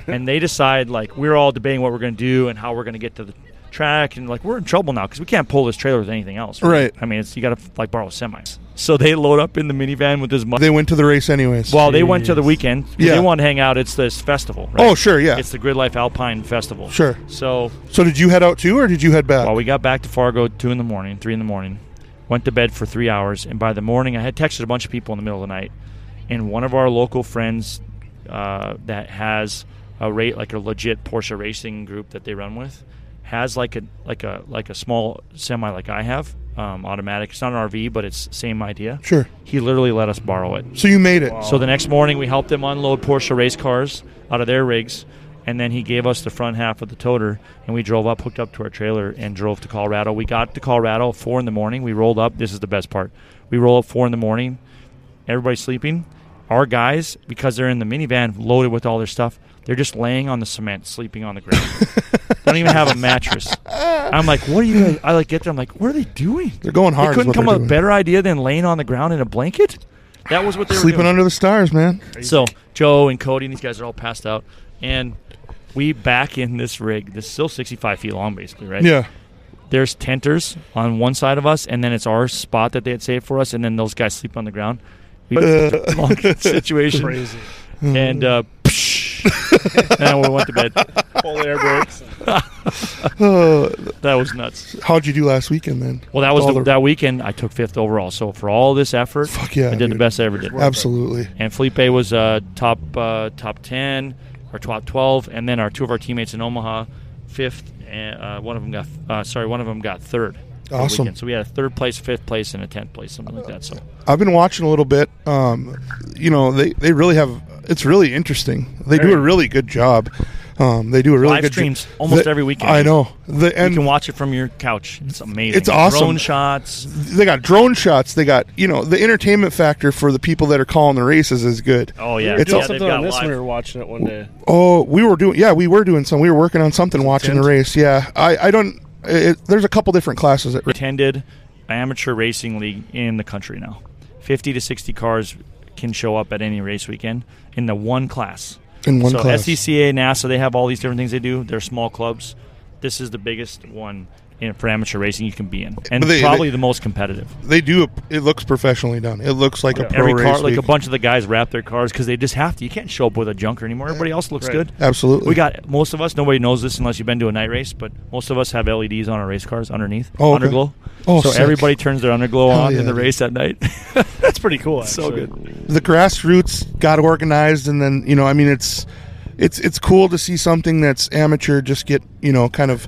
S4: and they decide like we're all debating what we're going to do and how we're going to get to the track, and like we're in trouble now because we can't pull this trailer with anything else.
S1: Right.
S4: I mean, it's you got to like borrow semis. So they load up in the minivan with this money.
S1: They went to the race anyways.
S4: Well, they went to the weekend. 'cause
S1: Yeah.
S4: They want to hang out. It's this festival. Right?
S1: oh sure, yeah.
S4: It's the Grid Life Alpine Festival.
S1: Sure.
S4: So
S1: So did you head out too, or did you head back?
S4: well, we got back to Fargo two in the morning, three in the morning. Went to bed for three hours, and by the morning, I had texted a bunch of people in the middle of the night, and one of our local friends uh, that has a rate like a legit Porsche racing group that they run with has like a like a like a small semi like I have, um, automatic. It's not an RV, but it's same idea.
S1: sure.
S4: He literally let us borrow it.
S1: So you made it.
S4: So the next morning, we helped them unload Porsche race cars out of their rigs, and then he gave us the front half of the toter, and we drove up, hooked up to our trailer, and drove to Colorado. We got to Colorado four in the morning. We rolled up. This is the best part. We roll up four in the morning. Everybody's sleeping. Our guys, because they're in the minivan loaded with all their stuff, they're just laying on the cement, sleeping on the ground. Don't even have a mattress. I'm like, what are you guys? I like get there. I'm like, what are they doing?
S1: They're going hard.
S4: They
S1: is
S4: couldn't
S1: what
S4: come
S1: they're
S4: up with a
S1: doing.
S4: better idea than laying on the ground in a blanket. That was what they were
S1: Sleeping
S4: doing.
S1: under the stars, man.
S4: So Joe and Cody and these guys are all passed out, and we back in this rig. This is still 65 feet long, basically, right?
S1: Yeah.
S4: There's tenters on one side of us, and then it's our spot that they had saved for us, and then those guys sleep on the ground. We long situation,
S2: Crazy.
S4: and uh, and we went to bed.
S2: Full air brakes.
S1: Uh,
S4: That was nuts.
S1: how'd you do last weekend then?
S4: Well, that was
S1: All
S4: the,
S1: the-
S4: that weekend. I took fifth overall. So for all this effort,
S1: Fuck yeah,
S4: I did the
S1: dude.
S4: best I ever did.
S1: Absolutely.
S4: and Felipe was uh, top uh, top ten or top twelve, and then our two of our teammates in Omaha fifth, and uh, one of them got uh, sorry, one of them got third. for the
S1: Awesome.
S4: weekend. So we had a third place, fifth place, and a tenth place, something like that. So
S1: I've been watching a little bit. Um, you know, they, they really have. It's really interesting. They do
S2: Very.
S1: a really good job. Um, they do a really
S4: Live
S1: good jo-
S4: streams almost
S1: They-
S4: every weekend.
S1: I know. The, and
S4: you can watch it from your couch. It's amazing.
S1: It's awesome.
S4: Drone shots.
S1: they got drone shots. They got you know the entertainment factor for the people that are calling the races is good.
S4: Oh yeah,
S2: We were
S1: It's all-
S2: doing
S4: yeah, they've
S2: something on
S4: got
S2: this when we
S4: live.
S2: were watching it one day.
S1: Oh, we were doing yeah, we were doing some. We were working on something watching the
S2: Tent?
S1: race. Yeah, I I don't. It, there's a couple different classes at
S4: attended amateur racing league in the country now. 50 to 60 cars can show up at any race weekend in the one class.
S1: in one
S4: so
S1: class.
S4: SCCA, NASA, they have all these different things they do. They're small clubs. This is the biggest one in, for amateur racing you can be in, and
S1: But they-
S4: probably
S1: they-
S4: the most competitive.
S1: They do. A, it looks professionally done. It looks like a
S2: Yeah.
S1: pro
S4: Every
S1: race.
S4: car, like a
S1: week.
S4: bunch of the guys, wrap their cars because they just have to. You can't show up with a junker anymore. Everybody else looks
S2: Right.
S4: good.
S1: Absolutely.
S4: We got most of us. Nobody knows this unless you've been to a night race, but most of us have LEDs on our race cars underneath
S1: Oh, okay.
S4: underglow.
S1: Oh,
S4: so
S1: sick.
S4: everybody turns their underglow
S1: Hell
S4: on
S1: yeah,
S4: in the
S1: dude.
S4: race at night.
S2: That's pretty cool. Actually.
S4: so
S1: the grassroots got organized, and then you know, I mean, it's it's it's cool to see something that's amateur just get you know kind of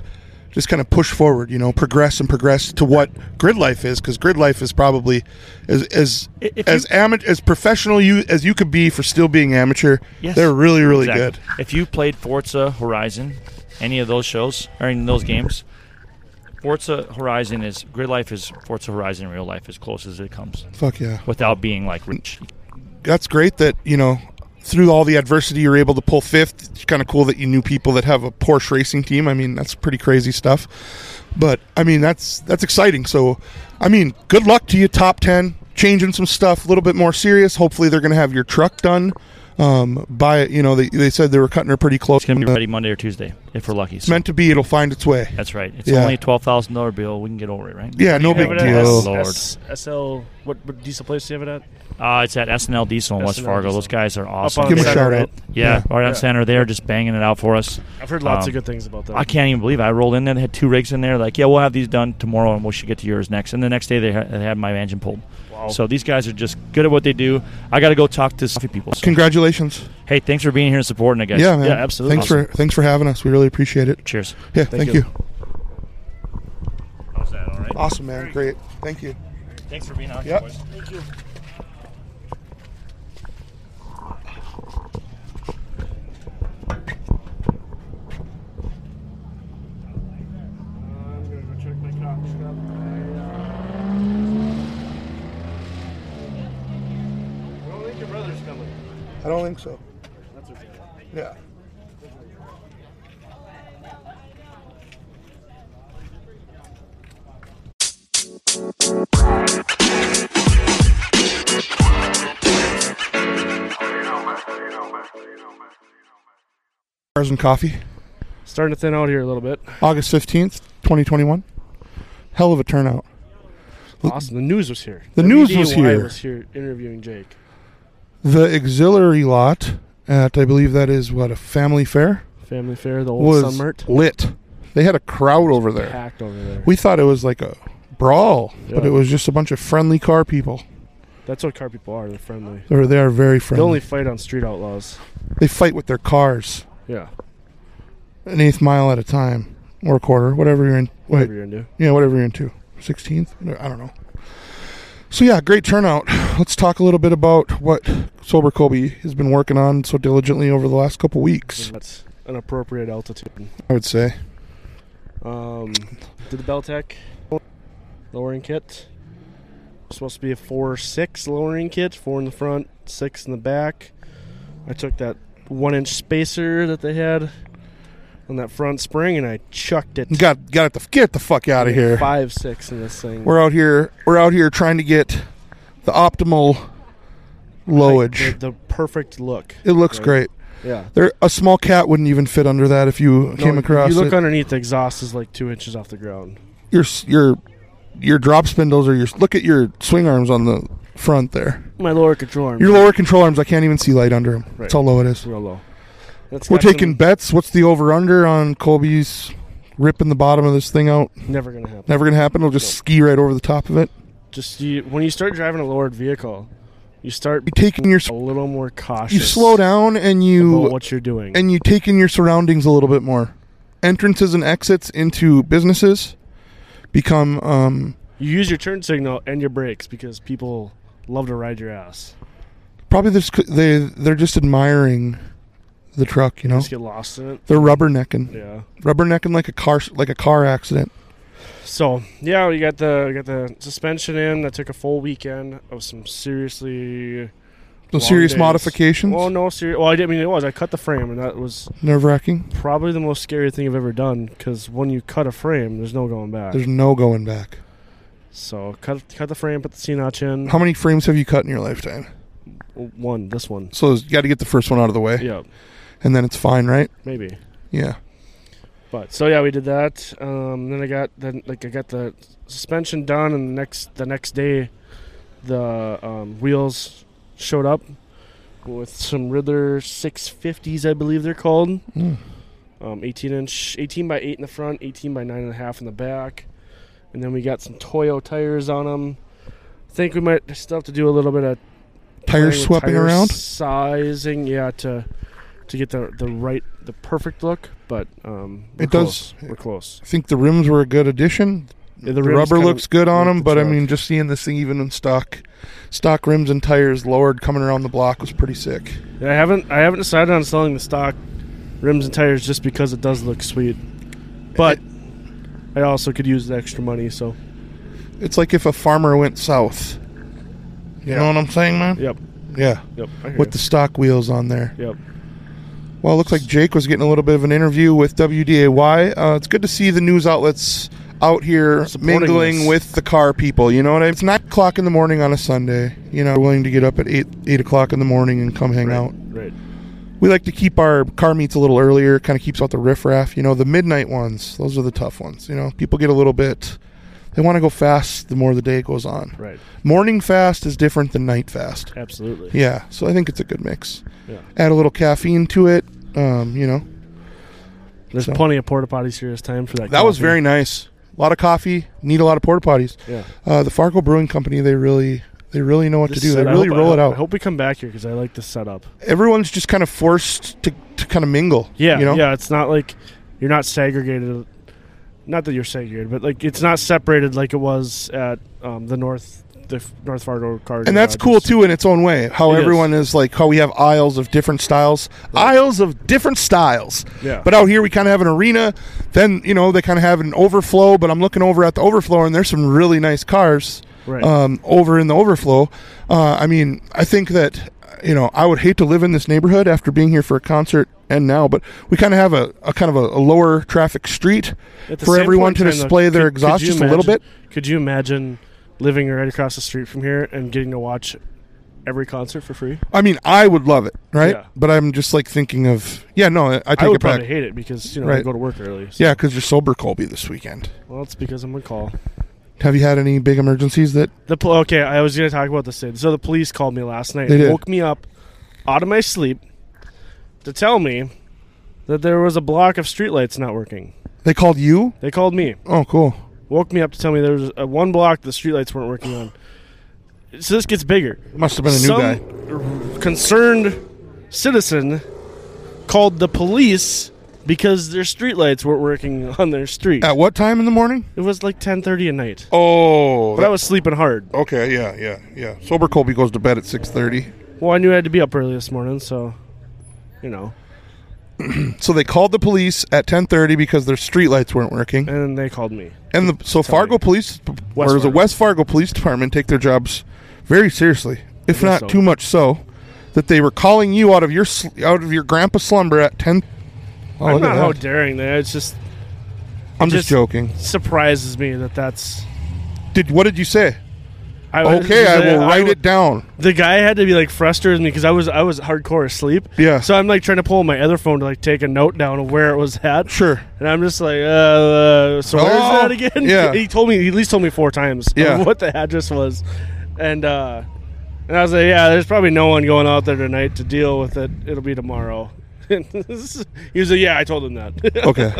S1: just kind of push forward. You know, progress and progress to what grid life is, because grid life is probably as as
S4: I- if
S1: as amateur as professional you as you could be for still being amateur.
S4: Yes.
S1: they're really really
S4: Exactly.
S1: good.
S4: If you played Forza Horizon, any of those shows or any of those games, Forza Horizon is grid life is Forza Horizon in real life as close as it comes
S1: Fuck yeah.
S4: without being like rich.
S1: that's great that you know through all the adversity you were able to pull fifth it's kind of cool that you knew people that have a porsche racing team i mean that's pretty crazy stuff but i mean that's that's exciting so i mean good luck to you top 10 changing some stuff a little bit more serious hopefully they're going to have your truck done um, by you know they, they said they were cutting her pretty close
S4: It's gonna be ready Monday or Tuesday. if we're lucky.
S1: It's meant to be. It'll find its way.
S4: That's right. It's
S1: Yeah.
S4: only a twelve thousand dollar bill. We can get over it, right?
S1: Yeah, no
S2: You
S1: big
S2: have it at
S1: deal.
S2: S-
S4: Lord.
S2: S- SL, what, what diesel place do you have it at?
S4: Uh, it's at SNL Diesel in West
S2: SNL
S4: Fargo.
S2: Diesel.
S4: Those guys are awesome.
S2: on
S1: Give 'em a
S2: Center
S1: shout
S2: Road.
S1: out.
S4: yeah, right on
S2: Yeah.
S4: center there, just banging it out for us.
S2: I've heard lots
S4: Um,
S2: of good things about that.
S4: I can't even believe it. I rolled in there. They had two rigs in there. Like, yeah, we'll have these done tomorrow, and we should get to yours next. And the next day, they, ha- they had my engine pulled.
S2: Wow.
S4: So these guys are just good at what they do. I got to go talk to some people. So,
S1: Congratulations.
S4: hey, thanks for being here and supporting it, guys.
S1: Yeah, man.
S2: Yeah, absolutely.
S1: Thanks for thanks for having us. We really appreciate it.
S4: Cheers.
S1: Yeah, thank, you.
S2: you. How's that? All right.
S1: Awesome, man. Great. Thank you.
S4: Thanks for being on.
S1: Yep. boys.
S2: I'm gonna go check my cock shop. I, uh, I don't think your brother's coming.
S1: I don't think so.
S2: That's okay.
S1: Yeah. Cars and coffee,
S2: Starting to thin out here a little bit.
S1: August fifteenth, twenty twenty-one. Hell of a turnout.
S2: Awesome. The news was here.
S1: The news was
S2: WDY
S1: here.
S2: was here interviewing Jake.
S1: The auxiliary lot at I believe that is what a family fair
S2: Family fair, the old
S1: was
S2: Sunmert.
S1: lit. They had a crowd over there.
S2: Packed over there.
S1: We thought it was like a brawl, but
S2: Yeah.
S1: it was just a bunch of friendly car people.
S2: That's what car people are. They're friendly.
S1: Or they are very
S2: They
S1: friendly.
S2: only fight on street outlaws.
S1: they fight with their cars
S2: Yeah.
S1: an eighth mile at a time or a quarter, whatever you're in. Wait,
S2: Whatever you're into.
S1: yeah, whatever you're into. 16th? I don't know. So, yeah, great turnout. Let's talk a little bit about what Sober Kobe has been working on so diligently over the last couple weeks,
S2: That's an appropriate altitude.
S1: I would say.
S2: Um, did the Beltec lowering kit. Supposed to be a four six lowering kit, four in the front, six in the back. I took that one inch spacer that they had on that front spring and I chucked it
S1: Got, got the, get the fuck out of here.
S2: five six in this thing.
S1: We're out here. We're out here trying to get the optimal
S2: Like,
S1: lowage.
S2: the, the perfect look.
S1: It looks
S2: Right.
S1: great.
S2: Yeah.
S1: There, a small cat wouldn't even fit under that if you
S2: No,
S1: came across
S2: You look
S1: it.
S2: underneath. The exhaust is like two inches off the ground.
S1: your s- your your drop spindles or your look at your swing arms on the front there.
S2: My lower control arm.
S1: Your lower control arms, I can't even see light under them. That's how low it is.
S2: is real low. That's
S1: We're
S2: got some-
S1: taking bets. What's the over under on Colby's ripping the bottom of this thing out?
S2: never gonna happen.
S1: Never gonna happen. It'll just ski right over the top of it.
S2: just you, when you start driving a lowered vehicle, you start
S1: You taking your s-
S2: a little more cautious.
S1: you slow down and
S2: about
S1: you
S2: what you're doing.
S1: and you take in your surroundings a little bit more. Entrances and exits into businesses become um,
S2: you use your turn signal and your brakes because people love to ride your ass.
S1: probably this they they're just admiring the truck. You know,
S2: Just get lost in it.
S1: they're rubbernecking.
S2: Yeah.
S1: rubbernecking like a car like a car accident.
S2: So yeah, we got the we got the suspension in. That took a full weekend of some seriously
S1: Some
S2: long
S1: serious
S2: days.
S1: modifications,
S2: Well, no, serious. Well, I didn't mean it was. I cut the frame, and that was
S1: nerve wracking.
S2: probably the most scary thing I've ever done. Because when you cut a frame, there's no going back.
S1: There's no going back.
S2: so cut cut the frame, put the C notch in. Oh,
S1: How many frames have you cut in your lifetime?
S2: One, this one.
S1: So you got to get the first one out of the way,
S2: Yeah,
S1: and then it's fine, right?
S2: maybe.
S1: Yeah.
S2: But so yeah, we did that. Um, then I got then like I got the suspension done, and the next the next day, the um, wheels showed up with some Riddler 650s, I believe they're called.
S1: Mm.
S2: Um, 18 inch, 18 by 8 in the front, 18 by 9 and a half in the back, and then we got some Toyo tires on them. I think we might still have to do a little bit of
S1: Tires
S2: playing with
S1: swapping
S2: tire
S1: around.
S2: sizing, yeah, to to get the the right the perfect look. But um, we're
S1: It does-
S2: Close. We're close.
S1: I think the rims were a good addition.
S2: Yeah,
S1: The,
S2: rims
S1: rubber
S2: kinda
S1: looks good on
S2: like
S1: them,
S2: the
S1: but I
S2: truck.
S1: mean, just seeing this thing even in stock, stock rims and tires lowered coming around the block was pretty sick.
S2: I haven't I haven't decided on selling the stock rims and tires just because it does look sweet, but I also could use the extra money. So
S1: It's like if a farmer went south. You know what I'm saying, man?
S2: yep,
S1: Yeah.
S2: yep. I hear
S1: With the stock wheels on there.
S2: you. yep.
S1: Well, it looks like Jake was getting a little bit of an interview with WDAY. Uh, it's good to see the news outlets out here
S2: Supporting
S1: mingling
S2: this.
S1: with the car people. You know what I mean? It's nine o'clock in the morning on a Sunday. You know, willing to get up at eight eight o'clock in the morning and come hang
S2: Right,
S1: out.
S2: right.
S1: we like to keep our car meets a little earlier. Kind of keeps out the riffraff. You know, the midnight ones; those are the tough ones. You know, people get a little bit. They want to go fast the more the day goes on.
S2: Right.
S1: Morning fast is different than night fast.
S2: Absolutely.
S1: Yeah, so I think it's a good mix.
S2: Yeah.
S1: Add a little caffeine to it. Um, you know,
S2: There's
S1: So-
S2: plenty of porta potties here this time for that.
S1: that was
S2: coffee.
S1: very nice. A lot of coffee. Need a lot of porta potties.
S2: Yeah.
S1: Uh, the Fargo Brewing Company, they really, they really know what
S2: This
S1: to do. They
S2: setup-
S1: really
S2: I
S1: roll
S2: hope-
S1: it
S2: I
S1: out.
S2: hope we come back here because I like the setup.
S1: Everyone's just kind of forced to, to kind of mingle.
S2: Yeah,
S1: you know,
S2: yeah. It's not like you're not segregated. Not that you're segregated, but like it's not separated like it was at um, the North, the F- North Fargo car.
S1: and that's cool too in its own way. How
S2: It is.
S1: everyone is. like how we have aisles of different styles, aisles of different styles.
S2: Yeah.
S1: But out here we kind of have an arena. Then you know they kind of have an overflow. But I'm looking over at the overflow, and there's some really nice cars.
S2: Right.
S1: um, over in the overflow. Uh, I mean, I think that you know I would hate to live in this neighborhood after being here for a concert and now, but we kind of have a, a kind of a, a lower traffic street
S2: At the
S1: for
S2: same
S1: everyone
S2: point
S1: to
S2: in time, though,
S1: display their
S2: could- could
S1: exhaust
S2: you
S1: just a little
S2: imagine-
S1: bit.
S2: Could you imagine living right across the street from here and getting to watch every concert for free?
S1: I mean, I would love it, right?
S2: Yeah.
S1: But I'm just like thinking of yeah, no, I, I take
S2: I would
S1: it back.
S2: probably hate it because you know I
S1: Right.
S2: go to work early. So.
S1: Yeah, because you're sober, Colby, this weekend.
S2: Well, it's because I'm on call.
S1: Have you had any big emergencies that
S2: The pol- okay, I was gonna talk about the Sid. So the police called me last night.
S1: They
S2: and
S1: did.
S2: Woke me up out of my sleep to tell me that there was a block of streetlights not working.
S1: they called you?
S2: They called me,
S1: Oh, cool.
S2: woke me up to tell me there was a one block the streetlights weren't working on. So this gets bigger.
S1: Must have been a new
S2: Some
S1: guy.
S2: concerned citizen called the police because their streetlights weren't working on their street.
S1: At what time in the morning?
S2: It was like 10:30 at night.
S1: Oh,
S2: But I was sleeping hard.
S1: Okay, yeah, yeah, yeah. Sober Colby goes to bed at six thirty.
S2: Well, I knew I had to be up early this morning, so you know.
S1: So they called the police at ten thirty because their streetlights weren't working,
S2: And they called me.
S1: and the so
S2: Sorry.
S1: Fargo Police
S2: West
S1: or the
S2: Fargo.
S1: West Fargo Police Department take their jobs very seriously, if
S2: guess
S1: not
S2: so.
S1: too much so, that they were calling you out of your sl- out of your grandpa's slumber at ten. Oh,
S2: I'm
S1: look
S2: not
S1: at
S2: how
S1: that.
S2: daring they. It's just
S1: I'm just
S2: just-
S1: joking.
S2: surprises me that that's.
S1: Did what did you say?
S2: I,
S1: Okay, I will write
S2: I-
S1: it down.
S2: The guy had to be like frustrated with me because I was I was hardcore asleep.
S1: Yeah.
S2: So I'm like trying to pull my other phone to like take a note down of where it was at.
S1: Sure.
S2: And I'm just like, uh, uh so where's
S1: Oh,
S2: that again?
S1: yeah.
S2: He told me he at least told me four times of
S1: Yeah.
S2: what the address was, and uh, and I was like, yeah, there's probably no one going out there tonight to deal with it. It'll be tomorrow. he was like, yeah, I told him that.
S1: Okay.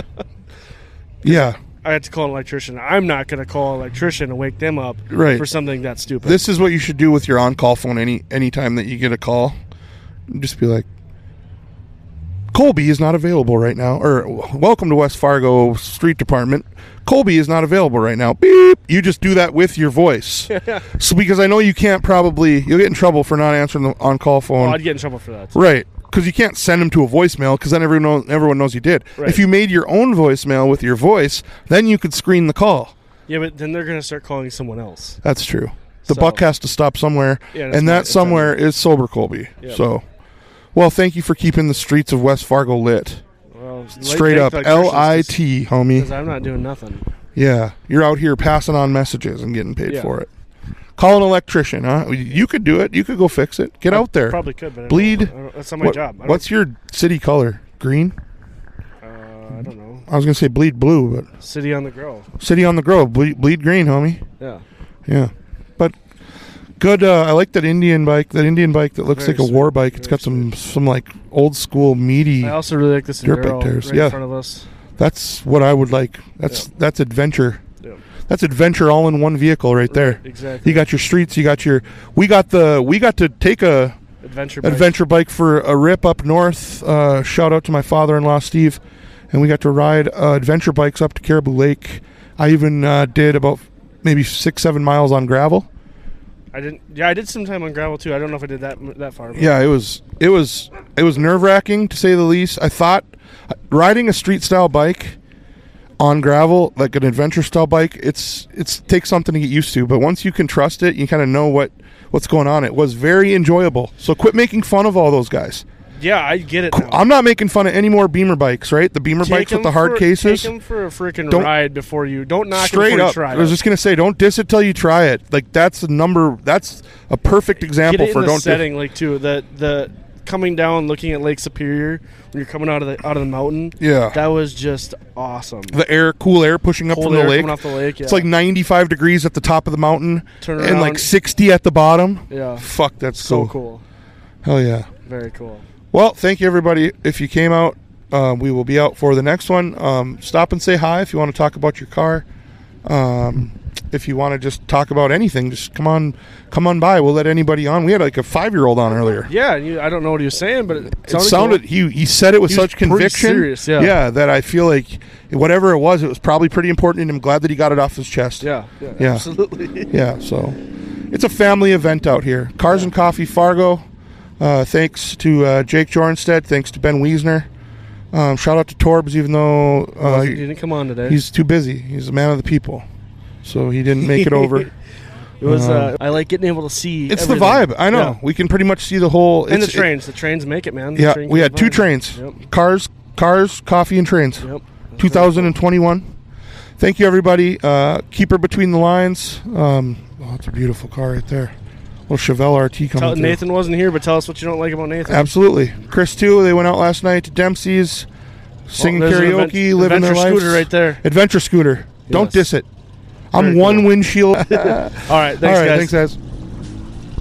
S1: yeah.
S2: I had to call an electrician. I'm not going to call an electrician and wake them up
S1: Right.
S2: for something that stupid.
S1: this is what you should do with your on-call phone any anytime that you get a call just be like colby is not available right now or welcome to west fargo street department colby is not available right now beep you just do that with your voice so because i know you can't probably you'll get in trouble for not answering the on-call
S2: oh,
S1: phone
S2: I'd get in trouble for that.
S1: Right. Because you can't send them to a voicemail because then everyone knows, everyone knows you did.
S2: Right.
S1: If you made your own voicemail with your voice, then you could screen the call.
S2: Yeah, but then they're going to start calling someone else.
S1: That's true. The
S2: So-
S1: buck has to stop somewhere,
S2: Yeah, that's
S1: and
S2: my-
S1: that
S2: that's my-
S1: somewhere is sober Colby.
S2: Yeah.
S1: So, well, thank you for keeping the streets of West Fargo lit.
S2: Well, like,
S1: Straight
S2: thank
S1: up,
S2: the
S1: L
S2: electricians,
S1: I
S2: 'cause-
S1: T,
S2: 'cause
S1: homie.
S2: I'm not doing nothing.
S1: Yeah, you're out here passing on messages and getting paid
S2: Yeah.
S1: for it. Call an electrician, huh? You could do it. You could go fix it. Get out there.
S2: Probably could, but I don't-
S1: Bleed.
S2: I don't- that's not my
S1: What-
S2: job. I don't-
S1: What's your city color? Green.
S2: uh, I don't know.
S1: I was gonna say bleed blue,
S2: City on the Grove.
S1: but city on the grove, bleed, bleed green, homie.
S2: Yeah.
S1: Yeah, but good. Uh, I like that Indian bike. That Indian bike that looks
S2: Very
S1: like a war
S2: sweet,
S1: bike. It's
S2: very
S1: got some some like old school meaty.
S2: I also really like this
S1: Dirt
S2: Enduro
S1: bike tires,
S2: right in
S1: yeah.
S2: front of us.
S1: That's what I would like. That's that's adventure.
S2: Yeah,
S1: That's adventure all in one vehicle right there.
S2: exactly.
S1: You got your streets. You got your. We got the. We got to take a
S2: adventure. bike.
S1: adventure bike for a rip up north. Uh, shout out to my father in law Steve, and we got to ride uh, adventure bikes up to Caribou Lake. I even uh, did about maybe six seven miles on gravel.
S2: I didn't. Yeah, I did some time on gravel too. I don't know if I did that m- that far. but-
S1: Yeah, it was it was it was nerve wracking to say the least. I thought riding a street style bike on gravel, like an adventure style bike, it's it's takes something to get used to. But once you can trust it, you kind of know what what's going on. It was very enjoyable. So quit making fun of all those guys.
S2: Yeah, I get it. Now.
S1: I'm not making fun of any more Beamer bikes, right? The Beamer bikes with the hard
S2: for,
S1: cases.
S2: Take him for a freaking
S1: Don't-
S2: ride before you. Don't knock it
S1: Straight
S2: before
S1: up,
S2: You try
S1: I was
S2: it.
S1: just gonna say, don't diss it till you try it. Like that's the number. That's a perfect
S2: Get
S1: example
S2: it in
S1: for
S2: the
S1: don't. diss-
S2: setting like too. The the coming down, looking at Lake Superior when you're coming out of the out of the mountain.
S1: Yeah.
S2: that was just awesome.
S1: the air, cool air pushing up
S2: Cold
S1: from the
S2: air
S1: lake.
S2: coming off the lake. Yeah.
S1: It's like 95 degrees at the top of the mountain
S2: Turn
S1: and
S2: around.
S1: like 60 at the bottom.
S2: yeah,
S1: Fuck, that's
S2: so
S1: so,
S2: cool,
S1: Hell yeah.
S2: very cool.
S1: Well, thank you everybody. If you came out, um, we will be out for the next one. Um, stop and say hi if you want to talk about your car. Um, if you want to just talk about anything, just come on, come on by. We'll let anybody on. We had like a five-year-old on earlier.
S2: Yeah, and you, I don't know what he was saying, but it
S1: It
S2: sounded,
S1: sounded he he said it with
S2: He was
S1: such
S2: pretty
S1: conviction,
S2: serious, yeah.
S1: that I feel like whatever it was, it was probably pretty important, and I'm glad that he got it off his chest.
S2: cool. Yeah, yeah,
S1: Yeah.
S2: absolutely.
S1: Yeah, so it's a family event out here. Cars and Coffee Fargo. Uh, thanks to uh, Jake Jornstead. Thanks to Ben Wiesner. Um, shout out to Torbs, even though uh,
S2: he didn't come on today.
S1: he's too busy. He's a man of the people, so he didn't make it over.
S2: It was. Uh, I like getting able to see.
S1: It's
S2: everything.
S1: the vibe. I know
S2: Yeah.
S1: we can pretty much see the whole.
S2: And the
S1: it's- it-
S2: trains. the trains make it, man. The
S1: yeah,
S2: train
S1: we had
S2: goes
S1: two
S2: by.
S1: trains:
S2: Yep.
S1: cars, cars, coffee, and trains.
S2: Yep.
S1: 2021. Thank you, everybody. Uh, keep her between the lines. Um, oh, it's a beautiful car right there. Little Chevelle RT coming.
S2: Tell,
S1: through.
S2: Nathan wasn't here, but tell us what you don't like about Nathan.
S1: Absolutely. Chris too, they went out last night to Dempsey's singing
S2: Well, there's an
S1: karaoke,
S2: advent-
S1: living their
S2: adventure
S1: life.
S2: scooter right there.
S1: Adventure scooter. Don't
S2: Yes.
S1: diss it. I'm
S2: Very
S1: one
S2: cool.
S1: windshield. All right,
S2: All right, thanks, guys.
S1: thanks guys.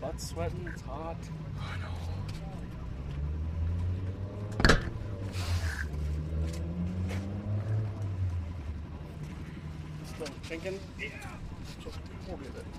S2: Butt sweating, it's hot. Still chinking? Yeah.